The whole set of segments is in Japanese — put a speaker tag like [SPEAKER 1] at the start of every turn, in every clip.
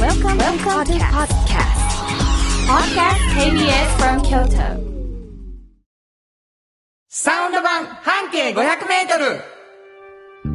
[SPEAKER 1] Welcome, to the podcast. Podcast KBS from Kyoto.
[SPEAKER 2] サウンド版半径500メートル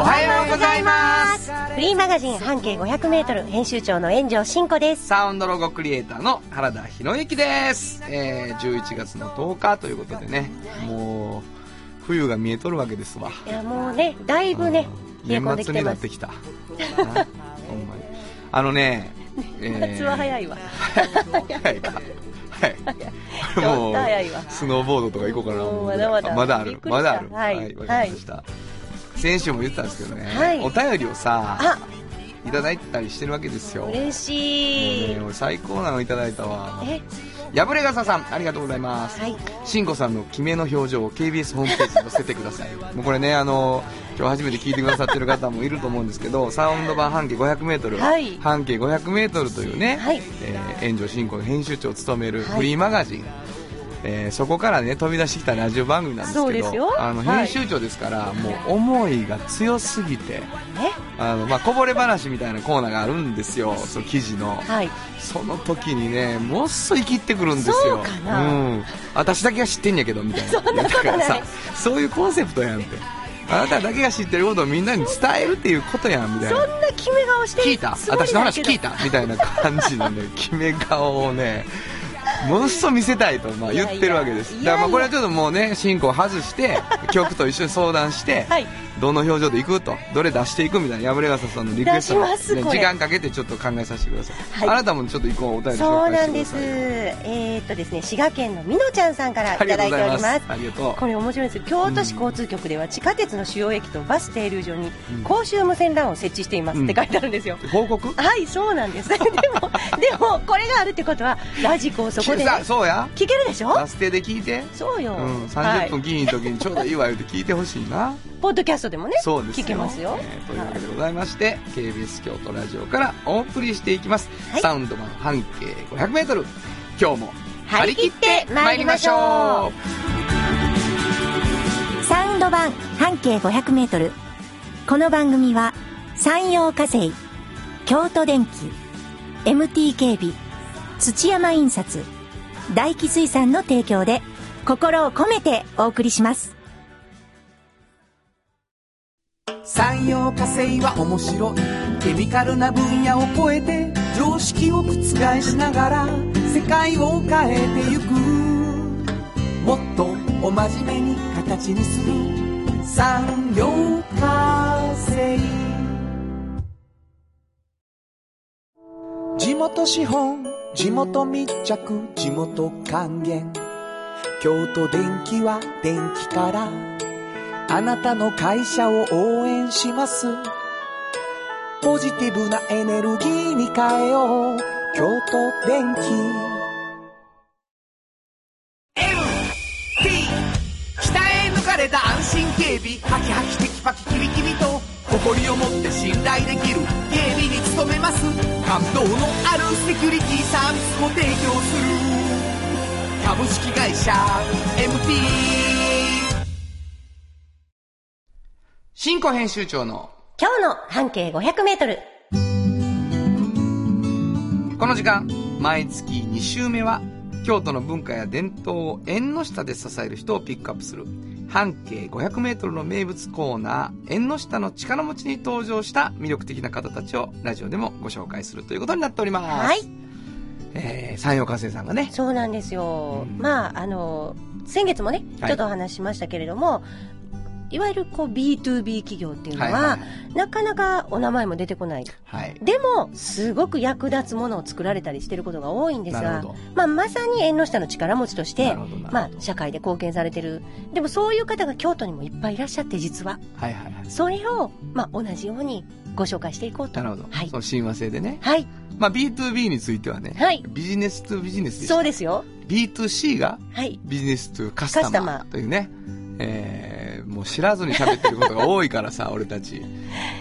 [SPEAKER 2] おはようございます
[SPEAKER 3] フリーマガジン半径 500m 編集長の炎上真子です。
[SPEAKER 2] サウンドロゴクリエイターの原田博之です、えー、11月の10日ということでねもう冬が見えとるわけですわ
[SPEAKER 3] いやもうね、だいぶね、冷え込んでき
[SPEAKER 2] 年末
[SPEAKER 3] て
[SPEAKER 2] にな
[SPEAKER 3] ま
[SPEAKER 2] っ
[SPEAKER 3] す
[SPEAKER 2] て。きたあほんまにあのね
[SPEAKER 3] 夏は早
[SPEAKER 2] い
[SPEAKER 3] いわ。
[SPEAKER 2] 早いかはい
[SPEAKER 3] ちょっと早いわ
[SPEAKER 2] スノーボードとか行こうかな
[SPEAKER 3] もう
[SPEAKER 2] 思
[SPEAKER 3] ま
[SPEAKER 2] う
[SPEAKER 3] だまだ
[SPEAKER 2] あまだあ
[SPEAKER 3] びっ
[SPEAKER 2] る
[SPEAKER 3] くりした
[SPEAKER 2] まだある
[SPEAKER 3] はい
[SPEAKER 2] わかりました先週も言ったんですけどね、
[SPEAKER 3] はい
[SPEAKER 2] お便りをさ
[SPEAKER 3] あ、
[SPEAKER 2] いただいたりしてるわけですよ
[SPEAKER 3] 嬉しい
[SPEAKER 2] もうね。俺最高なのいただいたわ
[SPEAKER 3] え、
[SPEAKER 2] 破れ傘さんありがとうございます
[SPEAKER 3] はい。
[SPEAKER 2] しんこさんの決めの表情を KBS ホームページに載せてください もうこれねあの今日初めて聞いてくださってる方もいると思うんですけどサウンド版半径 500m、
[SPEAKER 3] はい
[SPEAKER 2] 半径 500m というね、
[SPEAKER 3] はい
[SPEAKER 2] えー、炎上進行の編集長を務めるフリーマガジン、えーそこからね飛び出してきたラジオ番組なんですけど
[SPEAKER 3] そうですよ
[SPEAKER 2] あの
[SPEAKER 3] はい
[SPEAKER 2] 編集長ですから、もう思いが強すぎて
[SPEAKER 3] ね、
[SPEAKER 2] あの、まあ、こぼれ話みたいなコーナーがあるんですよその記事の、
[SPEAKER 3] はい。
[SPEAKER 2] その時にねもっそ生きってくるんですよ、
[SPEAKER 3] そうかなん
[SPEAKER 2] 私だけが知ってんやけどみたいないやだからさそういうコンセプトやんってあなただけが知ってることをみんなに伝えるっていうことやんみたい
[SPEAKER 3] そ
[SPEAKER 2] なん
[SPEAKER 3] な決め顔して
[SPEAKER 2] 聞いた私の話聞い
[SPEAKER 3] た。
[SPEAKER 2] たみたいな感じのね 決め顔をねものすごい見せたいと、まあ、
[SPEAKER 3] いや
[SPEAKER 2] 言
[SPEAKER 3] いや
[SPEAKER 2] ってるわけです
[SPEAKER 3] いやい
[SPEAKER 2] だ
[SPEAKER 3] や
[SPEAKER 2] からまあこれはちょっともうね進行外して曲と一緒に相談して、
[SPEAKER 3] はい
[SPEAKER 2] どの表情でいくとどれ出していくみたいな破れ傘さんのリクエストも
[SPEAKER 3] 出します
[SPEAKER 2] ね
[SPEAKER 3] これ
[SPEAKER 2] 時間かけてちょっと考えさせてください、
[SPEAKER 3] はい
[SPEAKER 2] あなたもちょっと一個お便り
[SPEAKER 3] そう
[SPEAKER 2] 紹介
[SPEAKER 3] な
[SPEAKER 2] し
[SPEAKER 3] ん
[SPEAKER 2] てく
[SPEAKER 3] で
[SPEAKER 2] だ
[SPEAKER 3] す。
[SPEAKER 2] さいよ
[SPEAKER 3] えーっとですね、滋賀県のみのちゃんさんからい
[SPEAKER 2] あ
[SPEAKER 3] た
[SPEAKER 2] りが
[SPEAKER 3] だ
[SPEAKER 2] と
[SPEAKER 3] いうて
[SPEAKER 2] ご
[SPEAKER 3] お
[SPEAKER 2] ざいま
[SPEAKER 3] り
[SPEAKER 2] す
[SPEAKER 3] ます。
[SPEAKER 2] ありがとう
[SPEAKER 3] これ面白いです京都市交通局では地下鉄の主要駅とバス停留所に公衆無線 LAN を設置していますって書いてあるんですよ、
[SPEAKER 2] 報告
[SPEAKER 3] はいそうなんです でもでもこれがあるってことはラジコをそこでね、
[SPEAKER 2] さ そうや
[SPEAKER 3] 聞けるでしょ
[SPEAKER 2] バス停で聞いて
[SPEAKER 3] そうよ、
[SPEAKER 2] うん、
[SPEAKER 3] は
[SPEAKER 2] 30分
[SPEAKER 3] い、
[SPEAKER 2] 議員の時にちょうどいいわ言うて聞いてほしいな
[SPEAKER 3] ポッドキャストでもね
[SPEAKER 2] そうですよ
[SPEAKER 3] 聞けますよ、
[SPEAKER 2] えーというわけでございまして、KBS 京都ラジオからお送りしていきます、
[SPEAKER 3] はい
[SPEAKER 2] サウンド版半径 500m 今日も
[SPEAKER 3] 張り切って参りましょ
[SPEAKER 4] サウンド版半径500メートル。この番組は、山陽火星、京都電機、MT 警備、土山印刷、大気水産の提供で、心を込めてお送りします。
[SPEAKER 5] 産業化成は面白いケミカルな分野を超えて常識を覆しながら世界を変えてゆくもっとお真面目に形にする産業化成地元資本地元密着地元還元京都電気は電気からあなたの会社を応援します。ポジティブなエネルギーに変えよう。京都電気。北へ抜かれた安心警備ハキハキテキパキキビキビと誇りを持って信頼できる警備に努めます感動のあるセキュリティサービスを提供する株式会社 MT
[SPEAKER 2] 新庫編集長の
[SPEAKER 3] 今日の半径 500m
[SPEAKER 2] この時間毎月2週目は京都の文化や伝統を縁の下で支える人をピックアップする半径 500m の名物コーナー縁の下の力持ちに登場した魅力的な方たちをラジオでもご紹介するということになっております、
[SPEAKER 3] はい
[SPEAKER 2] えー、山陽火星さんがね
[SPEAKER 3] そうなんですよ、
[SPEAKER 2] うん
[SPEAKER 3] まああの先月もねち
[SPEAKER 2] はい
[SPEAKER 3] ょっとお話ししましたけれども、い、わゆるこう B2B 企業っていうのは、
[SPEAKER 2] はいはい
[SPEAKER 3] なかなかお名前も出てこない
[SPEAKER 2] はい
[SPEAKER 3] でもすごく役立つものを作られたりしてることが多いんです
[SPEAKER 2] な
[SPEAKER 3] が
[SPEAKER 2] るほど、
[SPEAKER 3] まあ、まさに縁の下の力持ちとして
[SPEAKER 2] なるほどなるほど
[SPEAKER 3] まあ、社会で貢献されてるでもそういう方が京都にもいっぱいいらっしゃって実は
[SPEAKER 2] はいはいはい
[SPEAKER 3] それを、まあ、同じようにご紹介していこうと
[SPEAKER 2] なるほど、
[SPEAKER 3] はい
[SPEAKER 2] そ、の親和性でね、
[SPEAKER 3] はい
[SPEAKER 2] まあ、B2B についてはね、
[SPEAKER 3] はい
[SPEAKER 2] ビジネスとビジネスでし
[SPEAKER 3] そう
[SPEAKER 2] た
[SPEAKER 3] ですよ
[SPEAKER 2] B2C が
[SPEAKER 3] はい
[SPEAKER 2] ビジネスとカスタマー
[SPEAKER 3] カスタマー
[SPEAKER 2] というね、えー、もう知らずに喋ってることが多いからさ、俺 たち。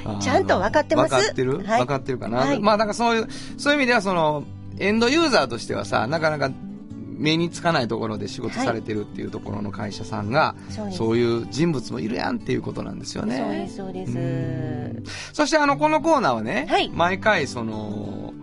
[SPEAKER 2] あー
[SPEAKER 3] ちゃんと分かってます
[SPEAKER 2] 分かってる、
[SPEAKER 3] はい
[SPEAKER 2] 分かってるかな、
[SPEAKER 3] はい
[SPEAKER 2] まあなんかそういう、そういう意味ではその、エンドユーザーとしてはさ、なかなか目につかないところで仕事されてるっていうところの会社さんが、
[SPEAKER 3] そうです
[SPEAKER 2] そういう人物もいるやんっていうことなんですよね。
[SPEAKER 3] そうですそうで
[SPEAKER 2] うん
[SPEAKER 3] す
[SPEAKER 2] そしてあの、このコーナーはね、
[SPEAKER 3] はい
[SPEAKER 2] 毎回その、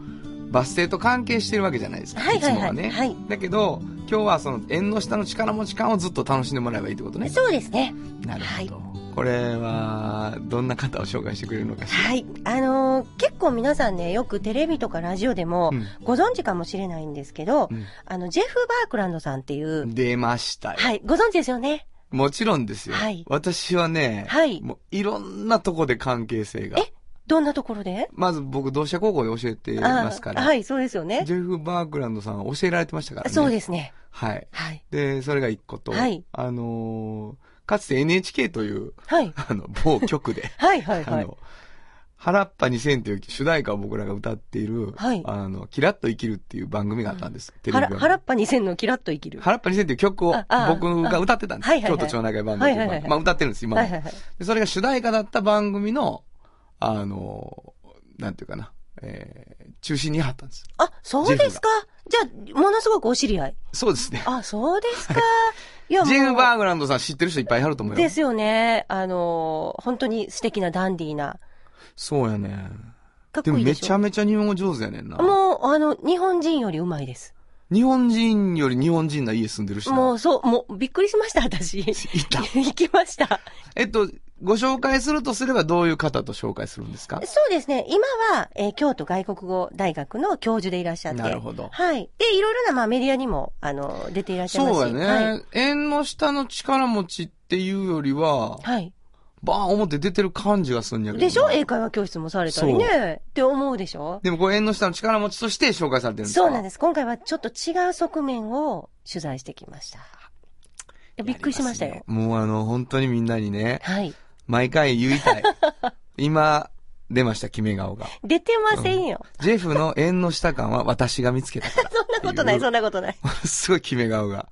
[SPEAKER 2] バス停と関係してるわけじゃないですか、
[SPEAKER 3] はいはいはい
[SPEAKER 2] つもはね、
[SPEAKER 3] はい
[SPEAKER 2] だけど、今日はその、縁の下の力持ち感をずっと楽しんでもらえばいいってことね。
[SPEAKER 3] そうですね
[SPEAKER 2] なるほど。これは、どんな方を紹介してくれるのかしら。
[SPEAKER 3] はいあのー結構皆さんねよくテレビとかラジオでも
[SPEAKER 2] うん
[SPEAKER 3] ご存知かもしれないんですけど、
[SPEAKER 2] うん
[SPEAKER 3] あのジェフ・バークランドさんっていう、
[SPEAKER 2] 出ましたよ。
[SPEAKER 3] はいご存知ですよね
[SPEAKER 2] もちろんですよ。
[SPEAKER 3] はい
[SPEAKER 2] 私はね、
[SPEAKER 3] はい
[SPEAKER 2] もういろんなとこで関係性が。
[SPEAKER 3] えどんなところで
[SPEAKER 2] まず僕、同志社高校で教えてますから、
[SPEAKER 3] あーはいそうですよね
[SPEAKER 2] ジェフ・バークランドさんは教えられてましたからね。
[SPEAKER 3] そう
[SPEAKER 2] す。
[SPEAKER 3] ですね
[SPEAKER 2] はい。
[SPEAKER 3] はい
[SPEAKER 2] で、それが一個と、
[SPEAKER 3] はい
[SPEAKER 2] あのーかつて NHK という、
[SPEAKER 3] はい
[SPEAKER 2] あの、某局で、
[SPEAKER 3] はいはい
[SPEAKER 2] あ
[SPEAKER 3] はい
[SPEAKER 2] の、原っぱ2000という主題歌を僕らが歌っている、
[SPEAKER 3] はい
[SPEAKER 2] あの、キラッと生きるっていう番組があったんです。テレビ
[SPEAKER 3] は
[SPEAKER 2] 番
[SPEAKER 3] ら
[SPEAKER 2] 組。
[SPEAKER 3] 原っぱ2000のキラッと生きる
[SPEAKER 2] 原っぱ2000っていう曲を
[SPEAKER 3] ああ
[SPEAKER 2] 僕が歌ってたんです。
[SPEAKER 3] あはいはいはい
[SPEAKER 2] 京都町内会バンドという
[SPEAKER 3] はい
[SPEAKER 2] 番
[SPEAKER 3] はいは
[SPEAKER 2] 組。
[SPEAKER 3] い
[SPEAKER 2] まあ歌ってるんです、今も、
[SPEAKER 3] はいはいはい
[SPEAKER 2] で。それが主題歌だった番組の、あの、なんていうかな、えー、中心にあったんです。
[SPEAKER 3] あ、そうですか。じゃあ、ものすごくお知り合い。
[SPEAKER 2] そうですね。
[SPEAKER 3] あ、そうですか。いや
[SPEAKER 2] ジェフ・バー
[SPEAKER 3] も
[SPEAKER 2] グランドさん知ってる人いっぱいあると思う
[SPEAKER 3] う
[SPEAKER 2] よ。
[SPEAKER 3] ですよね。あのー、本当に素敵なダンディーな。
[SPEAKER 2] そうやね。
[SPEAKER 3] かっ
[SPEAKER 2] で
[SPEAKER 3] こ
[SPEAKER 2] も
[SPEAKER 3] いいで
[SPEAKER 2] め
[SPEAKER 3] し
[SPEAKER 2] ち
[SPEAKER 3] ょ。
[SPEAKER 2] ゃめちゃ日本語上手やねんな。
[SPEAKER 3] もう、あの、日本人よりうまいです。
[SPEAKER 2] 日本人より日本人な家住んでるしな。
[SPEAKER 3] もう、そう、もう、びっくりしました、私。
[SPEAKER 2] いた。
[SPEAKER 3] 行きました。
[SPEAKER 2] えっと、ご紹介するとすればどういう方と紹介するんですか
[SPEAKER 3] そうですね。今は、えー京都外国語大学の教授でいらっしゃって。
[SPEAKER 2] なるほど
[SPEAKER 3] はい。で、いろいろな、まあ、メディアにも、あの、出ていらっしゃいますし。
[SPEAKER 2] そうやね。縁の下の力持ちっていうより
[SPEAKER 3] は
[SPEAKER 2] は、
[SPEAKER 3] い。はい。
[SPEAKER 2] バーン表出てる感じがすんやけどな。
[SPEAKER 3] でしょ英会話教室もされたりね。って思うでしょ
[SPEAKER 2] でもこれ縁の下の力持ちとして紹介されてるんですか。
[SPEAKER 3] そうなんですす。今回はちょっと違う側面を取材してきました。いやびっくりしました
[SPEAKER 2] やり
[SPEAKER 3] よ。
[SPEAKER 2] すね。もうあの、本当にみんなにね、
[SPEAKER 3] はい。
[SPEAKER 2] 毎回言いたい。 今、出ました、キメ顔が。
[SPEAKER 3] 出てませんよ。
[SPEAKER 2] ジェフの縁の下感は私が見つけたから。
[SPEAKER 3] そんなことない、そんなことない。
[SPEAKER 2] すごいキメ顔が。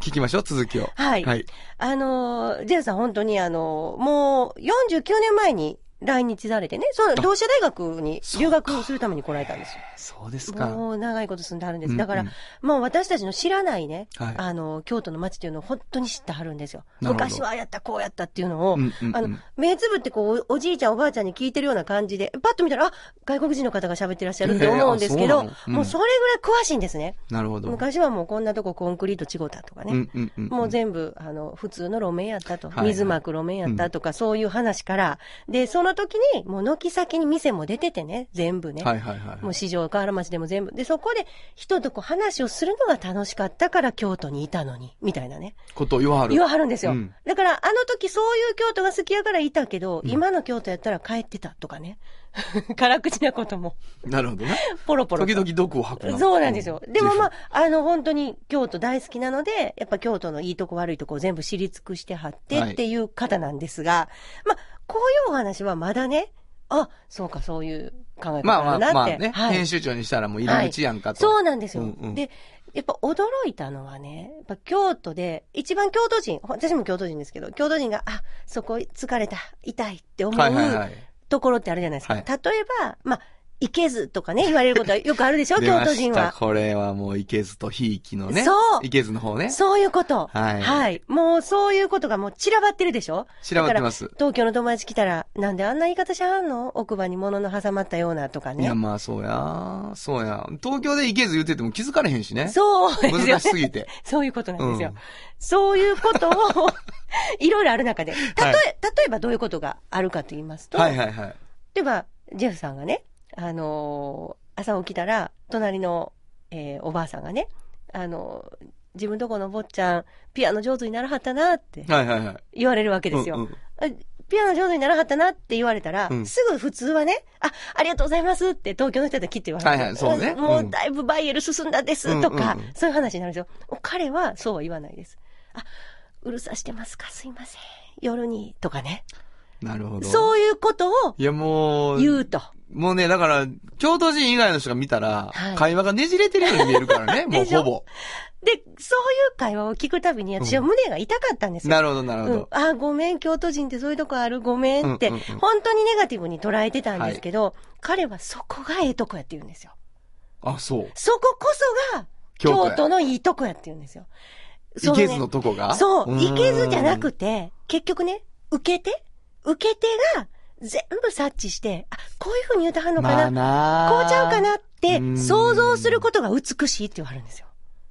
[SPEAKER 2] 聞きましょう、続きを。
[SPEAKER 3] はい
[SPEAKER 2] はい。
[SPEAKER 3] あのー、ジェフさん本当にあのー、もう49年前に来日されてね、その同志社大学に留学するために来られたんですよ。
[SPEAKER 2] そうですか。
[SPEAKER 3] もう長いこと住んであるんで
[SPEAKER 2] うん
[SPEAKER 3] す。だから、
[SPEAKER 2] うん
[SPEAKER 3] もう私たちの知らないね、
[SPEAKER 2] はい
[SPEAKER 3] あの、京都の街っていうのを本当に知ってはるんですよ。
[SPEAKER 2] なるほど
[SPEAKER 3] 昔はああやった、こうやったっていうのを、
[SPEAKER 2] うんうんうん
[SPEAKER 3] あの、目つぶってこうお、おじいちゃんおばあちゃんに聞いてるような感じで、パッと見たら、あ、外国人の方が喋ってらっしゃるって思うんですけ
[SPEAKER 2] へえあそう
[SPEAKER 3] ど
[SPEAKER 2] なの、うん
[SPEAKER 3] もうそれぐらい詳しいんですね。
[SPEAKER 2] なるほど。
[SPEAKER 3] 昔はもうこんなとこコンクリート地ごたとかね。
[SPEAKER 2] うんうんうんうん
[SPEAKER 3] もう全部、あの、普通の路面やったと
[SPEAKER 2] はいは。い
[SPEAKER 3] 水まく路面やったとか、そういう話から。で、その時に、もう軒先に店も出ててね、全部ね。
[SPEAKER 2] はいはいはい。
[SPEAKER 3] もう市場、河原町でも全部。で、そこで人とこう話をするのが楽しかったから京都にいたのに、みたいなね。
[SPEAKER 2] ことを言わはる。
[SPEAKER 3] 言わはるんですよ。
[SPEAKER 2] うん
[SPEAKER 3] だから、あの時そういう京都が好きやからいたけど、今の京都やったら帰ってたとかね。 辛口なことも、
[SPEAKER 2] なるほど ね。
[SPEAKER 3] ポロポロと。
[SPEAKER 2] 時々毒を吐く。
[SPEAKER 3] そうなんですよ。でもま
[SPEAKER 2] あ。
[SPEAKER 3] あ、あの、本当に京都大好きなので、やっぱ京都のいいとこ悪いとこを全部知り尽くしてはって
[SPEAKER 2] はい
[SPEAKER 3] っていう方なんですが、まあ、こういうお話はまだね、あ、そうか、そういう考え方
[SPEAKER 2] ま
[SPEAKER 3] だなっ
[SPEAKER 2] あ
[SPEAKER 3] て。
[SPEAKER 2] まあまあね。
[SPEAKER 3] はい
[SPEAKER 2] 編集長にしたらもう入り口やんかと。
[SPEAKER 3] そうなんですよ。
[SPEAKER 2] うんうん
[SPEAKER 3] で、やっぱ驚いたのはね、やっぱ京都で、一番京都人、私も京都人ですけど、京都人が、あ、そこ疲れた、痛いって思う
[SPEAKER 2] はいはいはい。
[SPEAKER 3] ところってあるじゃないですか。
[SPEAKER 2] はい
[SPEAKER 3] 例えば、まあ、行けずとかね、言われることは よくあるでしょ、
[SPEAKER 2] 出
[SPEAKER 3] 京
[SPEAKER 2] ま
[SPEAKER 3] 都
[SPEAKER 2] し
[SPEAKER 3] 人
[SPEAKER 2] た。
[SPEAKER 3] は。
[SPEAKER 2] これはもう、いけずとひいきのね。
[SPEAKER 3] そう
[SPEAKER 2] いけずの方ね。
[SPEAKER 3] そういうこと。
[SPEAKER 2] はい
[SPEAKER 3] もうそういうことがもう散らばってるでしょ
[SPEAKER 2] 散らばってます
[SPEAKER 3] だから東京の友達来たら、なんであんな言い方しはんの奥歯に物の挟まったようなとか
[SPEAKER 2] い
[SPEAKER 3] ね。
[SPEAKER 2] やまあそうや。そうや。東京でいけず言ってても気づかれへんしね。
[SPEAKER 3] そうですよね。
[SPEAKER 2] 難しすぎて。
[SPEAKER 3] そういうことなんですよ。
[SPEAKER 2] うん
[SPEAKER 3] そういうことを、 いろいろある中で。たとえ、例えばどういうことがあるかと言いますと、
[SPEAKER 2] はいはいはい。
[SPEAKER 3] 例えば、ジェフさんがね、あのー朝起きたら、隣の、えーおばあさんがね、あのー自分とこの坊ちゃん、ピアノ上手にならはったなって
[SPEAKER 2] はいはいはい。
[SPEAKER 3] 言われるわけですよ。
[SPEAKER 2] うんうん
[SPEAKER 3] あピアノ上手にならはったなって言われたら、
[SPEAKER 2] うん
[SPEAKER 3] すぐ普通はね、あ、ありがとうございますって東京の人だったら切って言われる。
[SPEAKER 2] はいはいそうね
[SPEAKER 3] んも
[SPEAKER 2] うん
[SPEAKER 3] うだいぶバイエル進んだですとか、
[SPEAKER 2] うんうんうん
[SPEAKER 3] そういう話になるんですよ。彼はそうは言わないです。あ、うるさしてますかすいません。夜に、とかね。
[SPEAKER 2] なるほど。
[SPEAKER 3] そういうことを
[SPEAKER 2] いやもう、
[SPEAKER 3] 言うと。
[SPEAKER 2] もうね、だから、京都人以外の人が見たら、
[SPEAKER 3] はい
[SPEAKER 2] 会話がねじれてるように見えるから ね、もう
[SPEAKER 3] でしょ
[SPEAKER 2] ほぼ。
[SPEAKER 3] で、そういう会話を聞くたびに、私は胸が痛かったんですよ。
[SPEAKER 2] なるほど、なるほ
[SPEAKER 3] うん
[SPEAKER 2] ど、。
[SPEAKER 3] あ、ごめん、京都人ってそういうとこある、ごめんって、
[SPEAKER 2] うんうんうん
[SPEAKER 3] 本当にネガティブに捉えてたんですけど、彼はそこがええとこやって言うんですよ。
[SPEAKER 2] あ、そう。
[SPEAKER 3] そここそが、
[SPEAKER 2] 京
[SPEAKER 3] 京
[SPEAKER 2] 都
[SPEAKER 3] 都
[SPEAKER 2] や
[SPEAKER 3] のいいとこやって言うんですよ。
[SPEAKER 2] いけず
[SPEAKER 3] そ
[SPEAKER 2] の
[SPEAKER 3] のね
[SPEAKER 2] とこが
[SPEAKER 3] そう、
[SPEAKER 2] ん
[SPEAKER 3] いけずじゃなくて、結局ね、受けて、受け手が全部察知して、あ、こういう風に言うてはんのか
[SPEAKER 2] ま
[SPEAKER 3] な、
[SPEAKER 2] あな
[SPEAKER 3] こうちゃうかなって
[SPEAKER 2] うん
[SPEAKER 3] 想像することが美しいって言われるんですよ。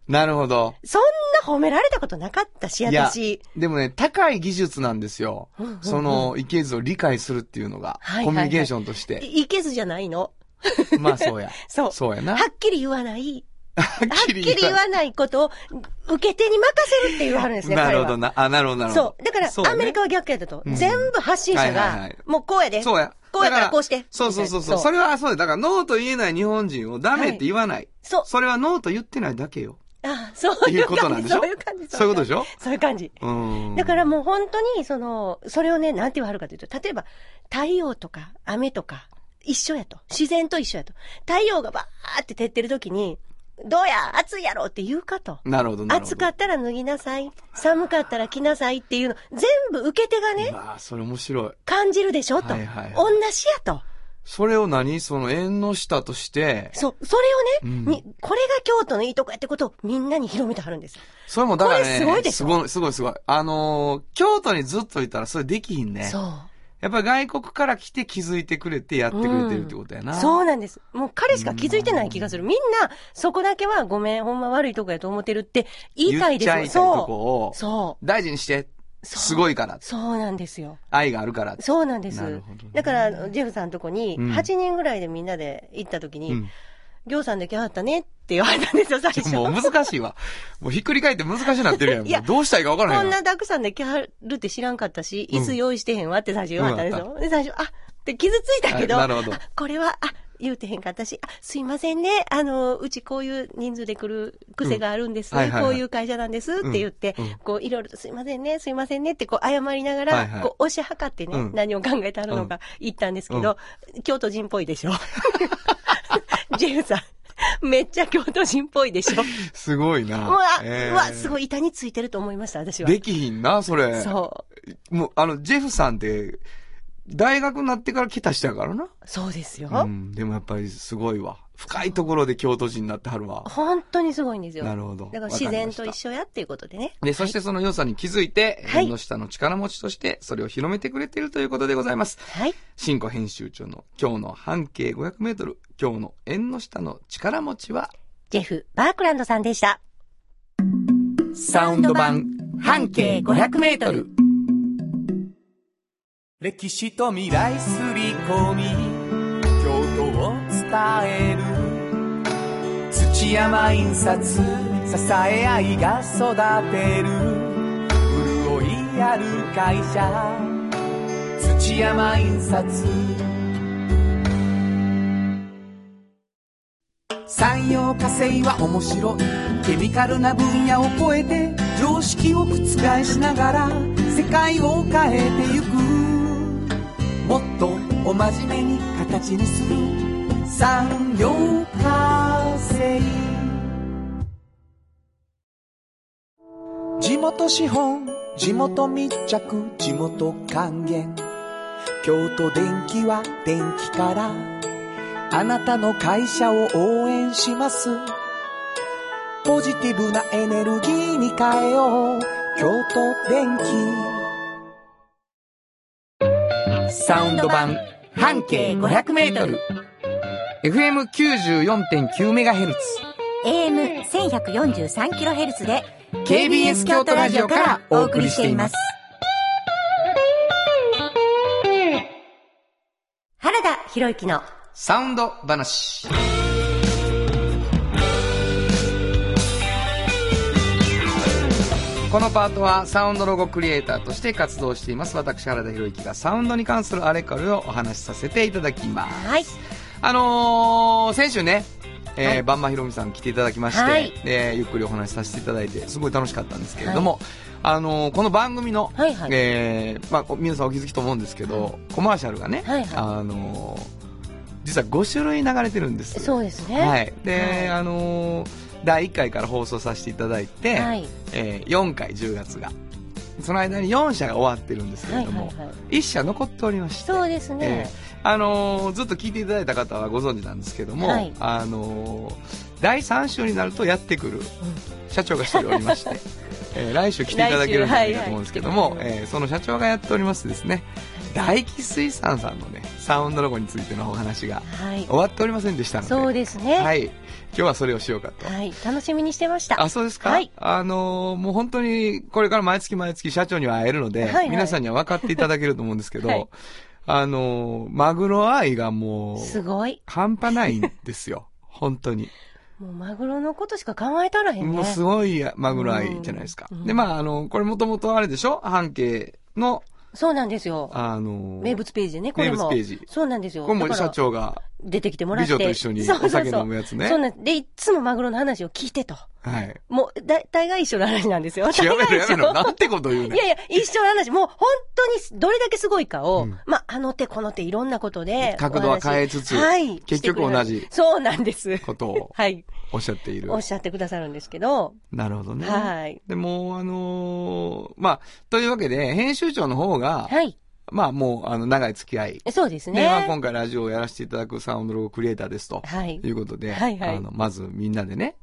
[SPEAKER 2] なるほど。
[SPEAKER 3] そんな褒められたことなかったし、
[SPEAKER 2] いや
[SPEAKER 3] 私。
[SPEAKER 2] でもね、高い技術なんですよ。
[SPEAKER 3] うんうんうん
[SPEAKER 2] その、いけずを理解するっていうのが、
[SPEAKER 3] はいはいはい
[SPEAKER 2] コミュニケーションとして。
[SPEAKER 3] いいけずじゃないの。
[SPEAKER 2] ま あそうや。
[SPEAKER 3] そう。
[SPEAKER 2] そうやな。
[SPEAKER 3] はっきり言わない。
[SPEAKER 2] はっ
[SPEAKER 3] はっきり言わないことを受け手に任せるって言わはるんですね、
[SPEAKER 2] な
[SPEAKER 3] 彼
[SPEAKER 2] る
[SPEAKER 3] は。
[SPEAKER 2] ほどな。あ、なるほど、なるほど
[SPEAKER 3] そ。う。だから、
[SPEAKER 2] そうね
[SPEAKER 3] アメリカは逆やだと。
[SPEAKER 2] うん
[SPEAKER 3] 全部発信者
[SPEAKER 2] はいはいは
[SPEAKER 3] が
[SPEAKER 2] い、
[SPEAKER 3] もうこうやで。
[SPEAKER 2] そうや。
[SPEAKER 3] こうやから
[SPEAKER 2] だ
[SPEAKER 3] こうして
[SPEAKER 2] そうそうそう。
[SPEAKER 3] みたいう
[SPEAKER 2] そ
[SPEAKER 3] な
[SPEAKER 2] それはそうや。だから、ノーと言えない日本人をダメって言わない。
[SPEAKER 3] そう。
[SPEAKER 2] それはノーと言ってないだけよ。
[SPEAKER 3] あそういう
[SPEAKER 2] っていうことな
[SPEAKER 3] 感
[SPEAKER 2] んで
[SPEAKER 3] じ。
[SPEAKER 2] しょ
[SPEAKER 3] そういう感じ。
[SPEAKER 2] そういうことでしょ
[SPEAKER 3] そういう感じ。
[SPEAKER 2] うん。
[SPEAKER 3] だからもう本当に、その、それをね、なんて言わはるかというと、例えば、太陽とか雨とか、一緒やと。自然と一緒やと。太陽がバーって照ってる時に、どうや暑いやろって言うかと。
[SPEAKER 2] なるほど、なるほど。
[SPEAKER 3] 暑かったら脱ぎなさい。寒かったら着なさいっていうの、全部受け手がね、
[SPEAKER 2] まあ、それ面白い。
[SPEAKER 3] 感じるでしょと。
[SPEAKER 2] はいはいはい
[SPEAKER 3] 同じやと。
[SPEAKER 2] それを何その縁の下として、
[SPEAKER 3] そう、それをね、
[SPEAKER 2] うん
[SPEAKER 3] に、これが京都のいいとこやってことをみんなに広めてはるんですよ。
[SPEAKER 2] それもだからね、
[SPEAKER 3] これすごいでしょ
[SPEAKER 2] すごい、すごい、すごい。あのー京都にずっといたらそれできひんね。
[SPEAKER 3] そう。
[SPEAKER 2] やっぱり外国から来て気づいてくれてやってくれてるってことやな。
[SPEAKER 3] そうなんです。もう彼しか気づいてない気がする。みんな、そこだけはごめん、ほんま悪いとこやと思ってるって言いたいです
[SPEAKER 2] 言
[SPEAKER 3] よ。
[SPEAKER 2] っちゃいたいと
[SPEAKER 3] そ
[SPEAKER 2] こを
[SPEAKER 3] う。、そう。
[SPEAKER 2] 大事にして、
[SPEAKER 3] そう
[SPEAKER 2] すごいから、
[SPEAKER 3] そうなんですよ。
[SPEAKER 2] 愛があるから。
[SPEAKER 3] そうなんです。
[SPEAKER 2] なるほどね
[SPEAKER 3] だから、ジェフさんのとこに、
[SPEAKER 2] うん
[SPEAKER 3] 8人ぐらいでみんなで行った時に、
[SPEAKER 2] うん
[SPEAKER 3] りょうさんだけあったねって言われたん ですよ、最初。
[SPEAKER 2] もう難しいわ。もうひっくり返って難しくなってるやん。
[SPEAKER 3] いや
[SPEAKER 2] もうどうしたらいいかわから
[SPEAKER 3] こ
[SPEAKER 2] へ
[SPEAKER 3] ん
[SPEAKER 2] んわ。
[SPEAKER 3] なたくさんで来はるって知らんかったし、
[SPEAKER 2] うん
[SPEAKER 3] 椅子用意してへんわって最初言われたんですよ。で、最初、あって傷ついたけど、
[SPEAKER 2] はいなるほど
[SPEAKER 3] あこれは、あ言うてへんかったし、あすいませんね、あの、うちこういう人数で来る癖があるんです、
[SPEAKER 2] うんはいはい
[SPEAKER 3] こ
[SPEAKER 2] はいう
[SPEAKER 3] いう会社なんですって言って、
[SPEAKER 2] うんうん
[SPEAKER 3] こういろいろとすいませんね、すいませんねってこう謝りながら、
[SPEAKER 2] はいはい
[SPEAKER 3] こう押し量ってね、
[SPEAKER 2] うん
[SPEAKER 3] 何を考えてあるのか言ったんですけど、京都人っぽいでしょ。 ジェフさん、めっちゃ京都人っぽいでしょ。
[SPEAKER 2] すごいな。
[SPEAKER 3] うわ、
[SPEAKER 2] えー
[SPEAKER 3] うわ、すごい板についてると思いました、私は。
[SPEAKER 2] できひんな、それ。
[SPEAKER 3] そう。
[SPEAKER 2] もう、あの、ジェフさんって、大学になってから来た人やからな。
[SPEAKER 3] そうですよ。
[SPEAKER 2] うん。でもやっぱりすごいわ。深いところで京都人になってはるわ。
[SPEAKER 3] 本当にすごいんですよ。
[SPEAKER 2] なるほど。
[SPEAKER 3] だから自然と
[SPEAKER 2] わかりま
[SPEAKER 3] 一
[SPEAKER 2] し
[SPEAKER 3] 緒やっていうことでね。
[SPEAKER 2] た。で、そしてその良さに気づいて、
[SPEAKER 3] はい
[SPEAKER 2] 縁の下の力持ちとして、それを広めてくれているということでございます。
[SPEAKER 3] はい。
[SPEAKER 2] 新庫編集長の今日の半径500メートル、今日の縁の下の力持ちは、
[SPEAKER 3] ジェフ・バークランドさんでした。
[SPEAKER 2] サウンド版、半径500メートル。
[SPEAKER 5] 歴史と未来すり込み京都を伝える土山印刷支え合いが育てる潤いある会社土山印刷産業化成は面白いケミカルな分野を超えて常識を覆しながら世界を変えてゆくもっとお真面目に形にする産業化成地元資本地元密着地元還元京都電気は電気からあなたの会社を応援します。ポジティブなエネルギーに変えよう。京都電気。サウンド版、半径500メートル。
[SPEAKER 2] FM94.9MHz。
[SPEAKER 4] AM1143kHz で
[SPEAKER 2] KBS 京都ラジオからお送りしています。
[SPEAKER 3] 原田博之の。
[SPEAKER 2] サウンド話。このパートはサウンドロゴクリエイターとして活動しています私原田博之がサウンドに関するあれこれをお話しさせていただきます
[SPEAKER 3] はい。
[SPEAKER 2] あのー、先週ね、えー
[SPEAKER 3] はい
[SPEAKER 2] バンマヒロミさん来ていただきまして、
[SPEAKER 3] はい
[SPEAKER 2] でゆっくりお話しさせていただいて、すごい楽しかったんですけれども、あのーこの番組の、
[SPEAKER 3] はいはい
[SPEAKER 2] えーまあ、こ皆さんお気づきと思うんですけど、コマーシャルがね、
[SPEAKER 3] はいはい
[SPEAKER 2] あのー実は5種類流れてるんです。
[SPEAKER 3] そうですね。。
[SPEAKER 2] はいい。で、
[SPEAKER 3] はい
[SPEAKER 2] あのー第1回から放送させていただいて、
[SPEAKER 3] はい。
[SPEAKER 2] えー4回10月が。その間に4社が終わってるんですけ
[SPEAKER 3] は
[SPEAKER 2] れ
[SPEAKER 3] い。
[SPEAKER 2] ども、
[SPEAKER 3] はい。
[SPEAKER 2] 1社残っておりまして、
[SPEAKER 3] そうですね。
[SPEAKER 2] あのーずっと聞いていただいた方はご存知なんですけども、
[SPEAKER 3] はい
[SPEAKER 2] あのー第3週になるとやってくる社長が一人おり まして、えー来週来ていただけるんじゃないかと思うんですけども、
[SPEAKER 3] 来週はいはい
[SPEAKER 2] えーその社長がやっておりますですね大気水産さんのねサウンドロゴについてのお話が
[SPEAKER 3] はい。
[SPEAKER 2] 終わっておりませんでしたので
[SPEAKER 3] そうですね。
[SPEAKER 2] は
[SPEAKER 3] はい。
[SPEAKER 2] い、今日はそれをしようかと。
[SPEAKER 3] 楽しみにしてました。
[SPEAKER 2] あ、そうですか、
[SPEAKER 3] はい
[SPEAKER 2] あのーもう本当に、これから毎月毎月社長には会えるので、
[SPEAKER 3] はいはい
[SPEAKER 2] 皆さんには分かっていただけると思うんですけど、
[SPEAKER 3] はい
[SPEAKER 2] あのーマグロ愛がもう、
[SPEAKER 3] すごい。
[SPEAKER 2] 半端ないんですよ。 本当に。
[SPEAKER 3] もうマグロのことしか考えたらへんね。
[SPEAKER 2] もうすごいマグロ愛じゃないですか。
[SPEAKER 3] うん
[SPEAKER 2] で、まあ、あの、これもともとあれでしょ半径の、
[SPEAKER 3] そうなんですよ。
[SPEAKER 2] あのー
[SPEAKER 3] 名物ページでね、これも。
[SPEAKER 2] 名物ページ
[SPEAKER 3] そうなんですよ。
[SPEAKER 2] これも
[SPEAKER 3] だから
[SPEAKER 2] 社長が、
[SPEAKER 3] 出てきてもらっ
[SPEAKER 2] 美
[SPEAKER 3] て。
[SPEAKER 2] 女と一緒に
[SPEAKER 3] そうそう
[SPEAKER 2] お
[SPEAKER 3] そう
[SPEAKER 2] 酒飲むやつね。
[SPEAKER 3] そうなんです。で、いっつもマグロの話を聞いてと。
[SPEAKER 2] はい。
[SPEAKER 3] もう、だ、大概一緒の話なん ですよ。
[SPEAKER 2] やめろ
[SPEAKER 3] 大
[SPEAKER 2] や
[SPEAKER 3] 概
[SPEAKER 2] め
[SPEAKER 3] 一緒
[SPEAKER 2] ろ。なんてこと言うねん
[SPEAKER 3] いやいや、一緒の話、もう本当にどれだけすごいかを、
[SPEAKER 2] うん
[SPEAKER 3] まあ、あの手この手いろんなことで。
[SPEAKER 2] 角度は変えつつ
[SPEAKER 3] お話はい。
[SPEAKER 2] 結局同じ
[SPEAKER 3] してくれるそうなん です。
[SPEAKER 2] ことを
[SPEAKER 3] はい。
[SPEAKER 2] おっしゃっている
[SPEAKER 3] おっ。しゃってくださるんですけど、
[SPEAKER 2] なるほどね。
[SPEAKER 3] はい。
[SPEAKER 2] でも、あのーまあ、というわけで、編集長の方が、
[SPEAKER 3] はい。
[SPEAKER 2] まあ、もう、あの、長い付き合い。
[SPEAKER 3] そうです
[SPEAKER 2] で、まあ、
[SPEAKER 3] ね。
[SPEAKER 2] 今回ラジオをやらせていただくサウンドロゴクリエイターですと。
[SPEAKER 3] はい
[SPEAKER 2] と。いうことで、
[SPEAKER 3] はいはい
[SPEAKER 2] あの、まずみんなでね、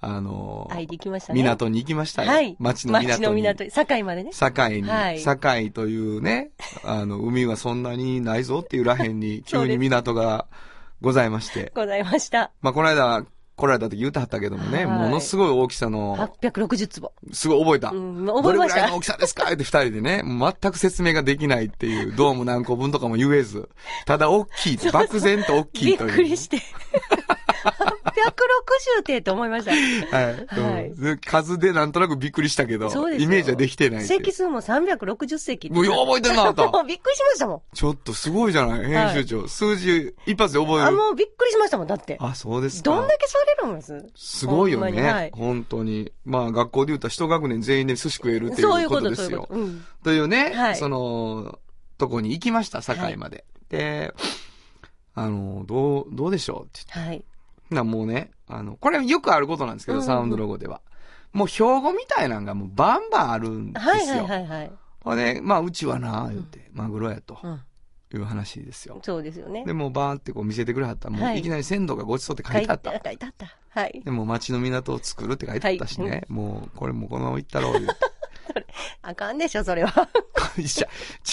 [SPEAKER 2] あのー
[SPEAKER 3] 会いに行きましたね。。
[SPEAKER 2] 港に行きましたよ。
[SPEAKER 3] はい。
[SPEAKER 2] 町の港に。
[SPEAKER 3] 町の港に。堺までね。
[SPEAKER 2] 堺に、
[SPEAKER 3] はい
[SPEAKER 2] 堺というね、あの、海はそんなにないぞっていうらへんに、
[SPEAKER 3] そう
[SPEAKER 2] 急
[SPEAKER 3] です
[SPEAKER 2] に港がございまして。
[SPEAKER 3] ございました。
[SPEAKER 2] まあ、この間、来られた時言うてはったけどもね、
[SPEAKER 3] はい
[SPEAKER 2] ものすごい大きさの、
[SPEAKER 3] 860坪。
[SPEAKER 2] すごい覚えた。
[SPEAKER 3] うん、覚えまし
[SPEAKER 2] どれぐらい
[SPEAKER 3] た
[SPEAKER 2] の。大きさですかって二人でね、もう全く説明ができないっていう、どうも何個分とかも言えず、ただ大きいと、漠然と大き
[SPEAKER 3] びっ
[SPEAKER 2] いという。
[SPEAKER 3] くりして。860点と思いま した。
[SPEAKER 2] はい。
[SPEAKER 3] はい
[SPEAKER 2] うん数でなんとなくびっくりしたけど、
[SPEAKER 3] そうですよ
[SPEAKER 2] イメージはできてないっていう。
[SPEAKER 3] 席数も360席。
[SPEAKER 2] もうよう覚えてんな、あん
[SPEAKER 3] も
[SPEAKER 2] た。
[SPEAKER 3] うびっくりしましたもん。
[SPEAKER 2] ちょっとすごいじゃない、編集長。数字一発で覚え
[SPEAKER 3] あ、
[SPEAKER 2] る。
[SPEAKER 3] もうびっくりしましたもん、だって。
[SPEAKER 2] あそうですか。
[SPEAKER 3] どんだけ座れるんです
[SPEAKER 2] すごいよ
[SPEAKER 3] ほんまには
[SPEAKER 2] ね
[SPEAKER 3] い。
[SPEAKER 2] 本当に。まあ、学校で言うたら一学年全員で寿司食えるってい
[SPEAKER 3] そういう
[SPEAKER 2] うこ
[SPEAKER 3] ことと、
[SPEAKER 2] で
[SPEAKER 3] そう
[SPEAKER 2] す
[SPEAKER 3] いう
[SPEAKER 2] よ
[SPEAKER 3] こ。と。うん。
[SPEAKER 2] というね、
[SPEAKER 3] はい
[SPEAKER 2] その、とこに行きました、堺まで。で、あの、どう、どうでしょうって言って
[SPEAKER 3] はい。
[SPEAKER 2] な、もうね、あの、これよくあることなんですけど、
[SPEAKER 3] うんうん
[SPEAKER 2] サウンドロゴでは。もう標語みたいなんがもうバンバンあるんですよ。
[SPEAKER 3] はいはいはいはい。
[SPEAKER 2] ほんで、まあ、うちはな、言って、マグロやと
[SPEAKER 3] うん。
[SPEAKER 2] いう話ですよ。
[SPEAKER 3] そうですよね
[SPEAKER 2] で、。もうバーンってこう見せてくれはった。も
[SPEAKER 3] は
[SPEAKER 2] う
[SPEAKER 3] い
[SPEAKER 2] いきなり鮮度がごちそうって書いてあった。
[SPEAKER 3] 書いてあった。はい。
[SPEAKER 2] でも町の港を作るって書いてあったしね。
[SPEAKER 3] はい
[SPEAKER 2] もう、これもうこのまま行ったろう言うて。
[SPEAKER 3] あかんでしょ、それは。
[SPEAKER 2] い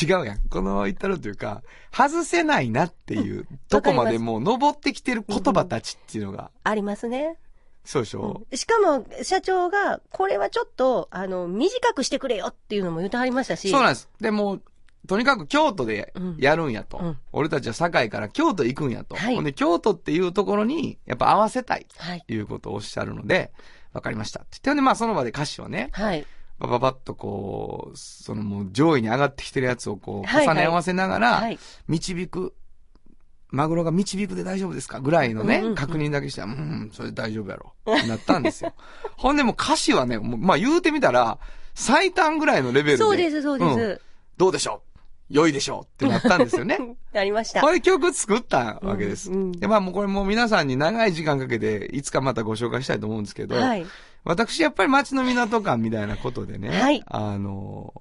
[SPEAKER 2] や違うやん。このまま行ったろうというか、外せないなっていう、どこまでもう登ってきてる言葉たちっていうのが、
[SPEAKER 3] ありますね。
[SPEAKER 2] そうでしょ、
[SPEAKER 3] しかも、社長が、これはちょっと、あの、短くしてくれよっていうのも言ってはりましたし。
[SPEAKER 2] そうなんです。でもう、とにかく京都で
[SPEAKER 3] うん
[SPEAKER 2] やるんやと。
[SPEAKER 3] うん
[SPEAKER 2] 俺たちは堺から京都行くんやと。
[SPEAKER 3] はい
[SPEAKER 2] ほんで、京都っていうところに、やっぱ合わせたい
[SPEAKER 3] はい。
[SPEAKER 2] ということをおっしゃるので、わかりましたって言って、ほんで、まあその場で歌詞をね、
[SPEAKER 3] はい。
[SPEAKER 2] パパパッとこう、そのもう上位に上がってきてるやつをこう、
[SPEAKER 3] はい
[SPEAKER 2] 重
[SPEAKER 3] はい
[SPEAKER 2] ね合わせながら、
[SPEAKER 3] はい。
[SPEAKER 2] 導く、マグロが導くで大丈夫ですかぐらいのね、
[SPEAKER 3] うんうんうん
[SPEAKER 2] 確認だけしたら、うん、うんそれで大丈夫やろ。なったんですよ。 ほんでもう歌詞はね、もうまあ言うてみたら、最短ぐらいのレベルで。
[SPEAKER 3] そうです、そうで
[SPEAKER 2] うん
[SPEAKER 3] す。
[SPEAKER 2] どうでしょう良いでしょうってなったんですよ ね。
[SPEAKER 3] ありました
[SPEAKER 2] こ。れ曲作ったわけです。
[SPEAKER 3] うんうん
[SPEAKER 2] で、まあもうこれもう皆さんに長い時間かけて、いつかまたご紹介したいと思うんですけど、
[SPEAKER 3] はい。
[SPEAKER 2] 私やっぱり街の港感みたいなことでね、
[SPEAKER 3] はい
[SPEAKER 2] あの、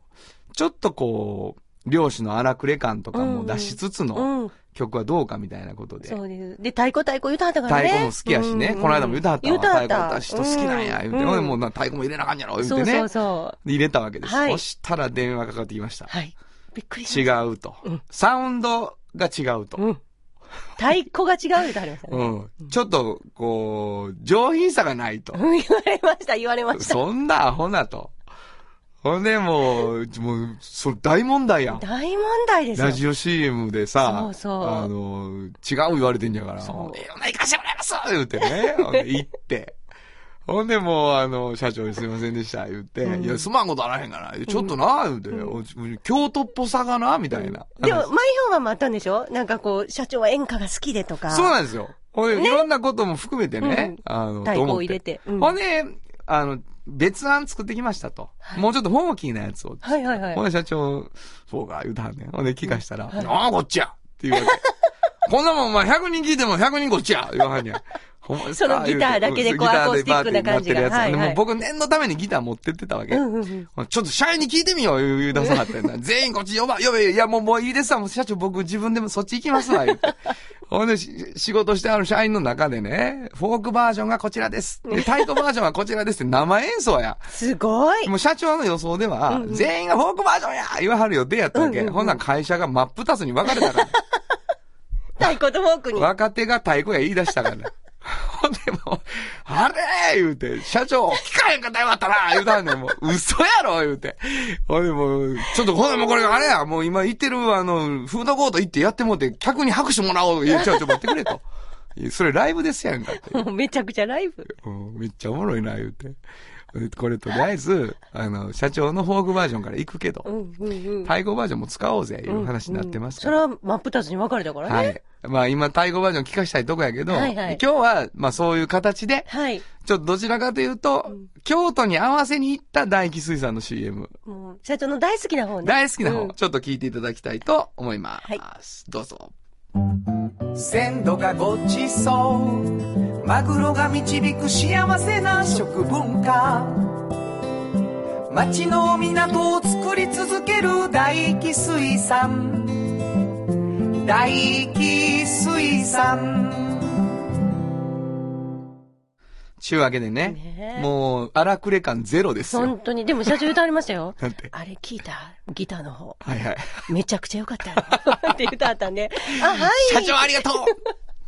[SPEAKER 2] ちょっとこう、漁師の荒くれ感とかも出しつつの、
[SPEAKER 3] うん。
[SPEAKER 2] 曲はどうかみたいなことで。
[SPEAKER 3] そうです。で、太鼓太鼓言うたはったから
[SPEAKER 2] 太
[SPEAKER 3] ね。
[SPEAKER 2] 鼓も好きやしね、
[SPEAKER 3] うん
[SPEAKER 2] この間も歌ったわ。
[SPEAKER 3] 言うたはっ
[SPEAKER 2] 太
[SPEAKER 3] た
[SPEAKER 2] 鼓歌人好きなんや、言うて、
[SPEAKER 3] うん
[SPEAKER 2] ほんでもうな太鼓も入れなあかんやろ、言うて
[SPEAKER 3] そ
[SPEAKER 2] ね。
[SPEAKER 3] うそうそう。
[SPEAKER 2] で入れたわけです、
[SPEAKER 3] はい
[SPEAKER 2] そしたら電話かかってきました。
[SPEAKER 3] はい。びっくりし
[SPEAKER 2] 違
[SPEAKER 3] ました。
[SPEAKER 2] うと、
[SPEAKER 3] うん
[SPEAKER 2] サウンドが違うと。
[SPEAKER 3] うん。太鼓が違う言うてはりましたね。
[SPEAKER 2] うん。ちょっと、こう、上品さがないと。
[SPEAKER 3] うん言われました、言われました。
[SPEAKER 2] そんなアホなと。ほんでもう、もう、それ大問題やん。
[SPEAKER 3] 大問題ですよ。
[SPEAKER 2] ラジオ CM でさ、
[SPEAKER 3] そうそう
[SPEAKER 2] あの、違う言われてんじゃから、
[SPEAKER 3] そう
[SPEAKER 2] ええお願いかしてもらいます言うて ね、ほんで行って。ほんでもう、あの、社長にすいませんでした、言って、
[SPEAKER 3] うん
[SPEAKER 2] いや、すまんことあらへんがな、ちょっとな、言うて、おち京都っぽさがな、みたいな。
[SPEAKER 3] でも、前
[SPEAKER 2] あの
[SPEAKER 3] 評判もあったんでしょなんかこう、社長は演歌が好きでとか。
[SPEAKER 2] そうなんですよ。ほんで、いろんなことも含めてね、
[SPEAKER 3] うん
[SPEAKER 2] あの、
[SPEAKER 3] 太
[SPEAKER 2] と
[SPEAKER 3] 鼓
[SPEAKER 2] 思
[SPEAKER 3] を
[SPEAKER 2] っ
[SPEAKER 3] 入れ
[SPEAKER 2] て。
[SPEAKER 3] て。うん
[SPEAKER 2] ほんで、あの、別案作ってきましたと。もうちょっとフォーキーなやつを。
[SPEAKER 3] はいはいはい
[SPEAKER 2] ほん。で社長、そうか、言うたはんねん。ほんで聞かしたら、
[SPEAKER 3] うんはい
[SPEAKER 2] ああ、こっちやっていうわけ。 こんなもんお前100人聞いても100人こっちや言わはんや。ほんまですか
[SPEAKER 3] そのギターだけでこう
[SPEAKER 2] 言て
[SPEAKER 3] アコースティックな感じが
[SPEAKER 2] ギターでバーって持ってるやつ
[SPEAKER 3] はいはい
[SPEAKER 2] でも僕念のためにギター持ってってたわけ。
[SPEAKER 3] うんうんうん。
[SPEAKER 2] ちょっと社員に聞いてみよう、言う出さはって んな。全員こっち呼ば、呼べ、いや、もう、もういいですわ、もう社長僕自分でもそっち行きますわ、言うて。ほんで、し仕事してある社員の中でね、フォークバージョンがこちらです。で太鼓バージョンはこちらですって生演奏や。
[SPEAKER 3] すごい。
[SPEAKER 2] もう社長の予想では、全員がフォークバージョンや言わはる予定やったわけ。ほんなら会社が真っ二つに分かれたから。
[SPEAKER 3] 太鼓とフォークに。
[SPEAKER 2] 若手が太鼓や言い出した から。ほんでもう、あれ言うて、社長、聞かへんかったらよかったな言うたんねん、もう、嘘やろ言うて。ほんでもう、ちょっとほんでもうこれあれや、もう今言ってる、あの、フードコート行ってやってもうて、客に拍手もらおう、いや、ちょ、ちょ、待ってくれと。いやそれライブですやんかって。
[SPEAKER 3] もうめちゃくちゃライブ。
[SPEAKER 2] うんめっちゃおもろいな、言うて。でこれとりあえず、あの、社長のフォークバージョンから行くけど、
[SPEAKER 3] うんうんうん。
[SPEAKER 2] 太鼓バージョンも使おうぜ、いう話になってます
[SPEAKER 3] そ
[SPEAKER 2] か
[SPEAKER 3] れ
[SPEAKER 2] ら。
[SPEAKER 3] は真っ二つに分かれたからね。
[SPEAKER 2] は
[SPEAKER 3] はいい。。
[SPEAKER 2] まあ今、太鼓バージョン聞かしたいとこやけど、
[SPEAKER 3] はいはい
[SPEAKER 2] 今日は、まあそういう形で、ちょっとどちらかというと、京都に合わせに行った大気水産の CM、
[SPEAKER 3] もう、社長の大好きな方ね。
[SPEAKER 2] 大好きな方、
[SPEAKER 3] うん
[SPEAKER 2] ちょっと聞いていただきたいと思います。
[SPEAKER 3] はい
[SPEAKER 2] どうぞ。
[SPEAKER 5] 鮮度がごちそうマグロが導く幸せな食文化町の港を作り続ける大気水産大気水産
[SPEAKER 2] ちゅうわけでね、
[SPEAKER 3] ねえ
[SPEAKER 2] もう、荒くれ感ゼロですよ。。
[SPEAKER 3] 本当に。でも社長歌われましたよ
[SPEAKER 2] なんて
[SPEAKER 3] あれ聞いたギターの方。
[SPEAKER 2] はいはい。
[SPEAKER 3] めちゃくちゃ良かったよ。 って歌あったんで。あ、はい。
[SPEAKER 2] 社長ありがと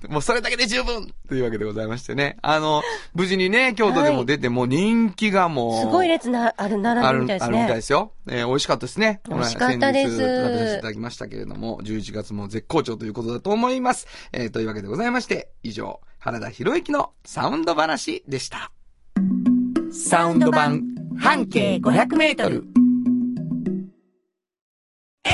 [SPEAKER 2] う もうそれだけで十分というわけでございましてね。あの、無事にね、京都でも出て、もう人気がもう。
[SPEAKER 3] すごい列な、ある、
[SPEAKER 2] あ
[SPEAKER 3] 並
[SPEAKER 2] る、
[SPEAKER 3] ぶみたいで
[SPEAKER 2] あ
[SPEAKER 3] す
[SPEAKER 2] るみたいで
[SPEAKER 3] ね。
[SPEAKER 2] すよ。えー美味しかったですね。
[SPEAKER 3] 美味しかったです
[SPEAKER 2] この間先日食べさせていただきましたけれども、11月も絶好調ということだと思います。えーというわけでございまして、以上、原田博之のサウンド話でした。サウ
[SPEAKER 4] ンド版半径500メートル。
[SPEAKER 5] MT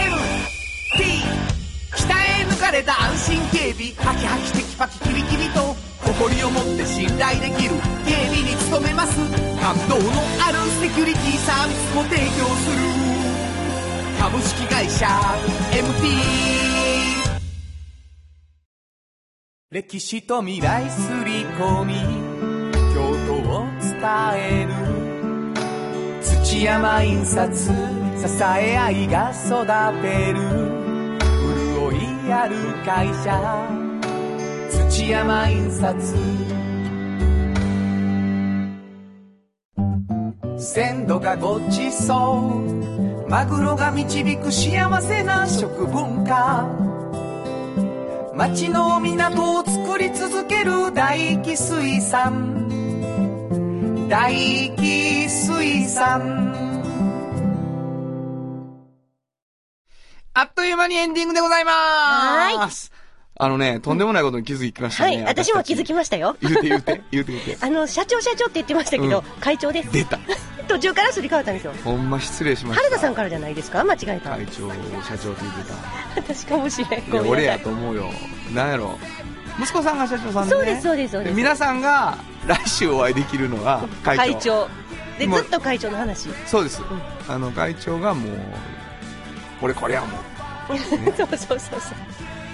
[SPEAKER 5] 北へ抜かれた安心警備ハキハキテキパキキビキビと誇りを持って信頼できる警備に努めます感動のあるセキュリティサービスも提供する株式会社 MT 歴史と未来すり込み京都を伝える土山印刷支え合いが育てる潤いある会社土山印刷鮮度がごちそうマグロが導く幸せな食文化町の港を作り続ける大気水産大気水産
[SPEAKER 2] あっという間にエンディングでございます。あのね、とんでもないことに気づきました
[SPEAKER 3] は
[SPEAKER 2] ね。
[SPEAKER 3] い。私も気づきましたよ。
[SPEAKER 2] たち。言うて言うて、言うて言うて。
[SPEAKER 3] あの、社長社長って言ってましたけど、
[SPEAKER 2] うん
[SPEAKER 3] 会長です。
[SPEAKER 2] 出た。
[SPEAKER 3] 途中からすり替わったんですよ。
[SPEAKER 2] ほんま失礼しました。
[SPEAKER 3] 原田さんからじゃないですか間違えた。
[SPEAKER 2] 会長、社長って言ってた。
[SPEAKER 3] 私かもしれん。
[SPEAKER 2] いや
[SPEAKER 3] ごめ
[SPEAKER 2] 俺
[SPEAKER 3] んなさ
[SPEAKER 2] や
[SPEAKER 3] い
[SPEAKER 2] と思うよなんやろ息子さんが社長さんで、ね、
[SPEAKER 3] そうですそうですそうです
[SPEAKER 2] 皆さんが来週お会いできるのが会長
[SPEAKER 3] 会長。で、
[SPEAKER 2] もう
[SPEAKER 3] ずっと会長の話。
[SPEAKER 2] そうです、あの会長がもうこれこれやもう
[SPEAKER 3] そうそうそうそう。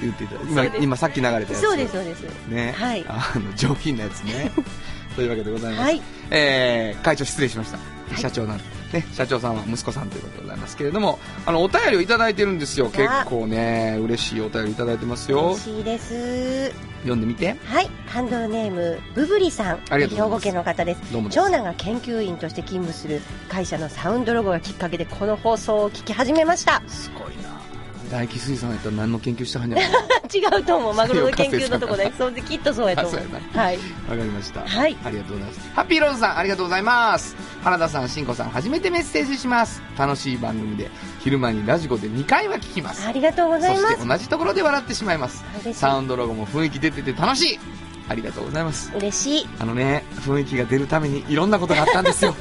[SPEAKER 2] 言っていた
[SPEAKER 3] そ
[SPEAKER 2] 今
[SPEAKER 3] うです
[SPEAKER 2] 今さっき流れたやつ
[SPEAKER 3] そうです、そうです。
[SPEAKER 2] ね
[SPEAKER 3] はい
[SPEAKER 2] あの上品なやつ ねというわけでございます、
[SPEAKER 3] はい
[SPEAKER 2] えー会長失礼しました社長なんで、ね、社長さんは息子さんということでございますけれどもあのお便りをいただいてるんですよ結構ね嬉しいお便りいただいてますよ
[SPEAKER 3] 嬉しいです。
[SPEAKER 2] 読んでみて
[SPEAKER 3] はい。ハンドルネーム、ブブリさん。
[SPEAKER 2] ありがとうございま
[SPEAKER 3] 兵
[SPEAKER 2] す
[SPEAKER 3] 庫県の方です。
[SPEAKER 2] どうもです
[SPEAKER 3] 長男が研究員として勤務する会社のサウンドロゴがきっかけでこの放送を聞き始めました
[SPEAKER 2] すごいな大気水産やったら何の研究したはんやろ
[SPEAKER 3] 違うと思うマグロの研究のとこでそうできっとそうやと思
[SPEAKER 2] あそうや
[SPEAKER 3] うはい
[SPEAKER 2] わかりました
[SPEAKER 3] はい
[SPEAKER 2] ありがとうございますハッピーローズさんありがとうございます原田さんしんこさん初めてメッセージします楽しい番組で昼間にラジコで2回は聞きます
[SPEAKER 3] ありがとうございま
[SPEAKER 2] そ
[SPEAKER 3] す
[SPEAKER 2] して同じところで笑ってしまいます
[SPEAKER 3] 嬉しい
[SPEAKER 2] サウンドロゴも雰囲気出てて楽しいありがとうございます
[SPEAKER 3] 嬉しい
[SPEAKER 2] あのね雰囲気が出るためにいろんなことがあった んですよ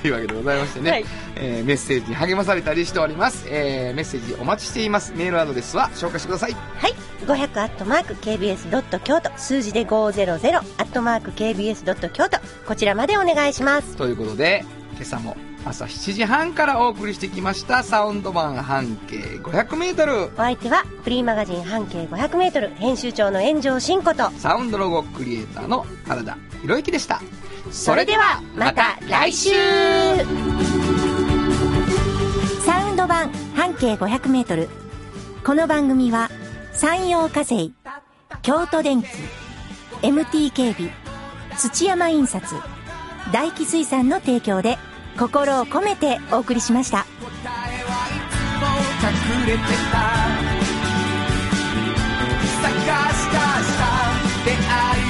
[SPEAKER 2] というわけでございましてね、
[SPEAKER 3] はい
[SPEAKER 2] えーメッセージに励まされたりしております、えーメッセージお待ちしていますメールアドレスは紹介してください
[SPEAKER 3] はい500アットマーク KBS ドット京都数字で500アットマーク KBS ドット京都こちらまでお願いします
[SPEAKER 2] ということで今朝も朝7時半からお送りしてきましたサウンド版半径 500m
[SPEAKER 3] お相手はフリーマガジン半径 500m 編集長の炎上真子と
[SPEAKER 2] サウンドロゴクリエイターの原田博之でした
[SPEAKER 3] それではまた来週
[SPEAKER 4] サウンド版半径 500m この番組は山陽火星京都電機 MT 警備土山印刷大気水産の提供で心を込めてお送りしました。
[SPEAKER 5] 隠れてた探し出した出会いを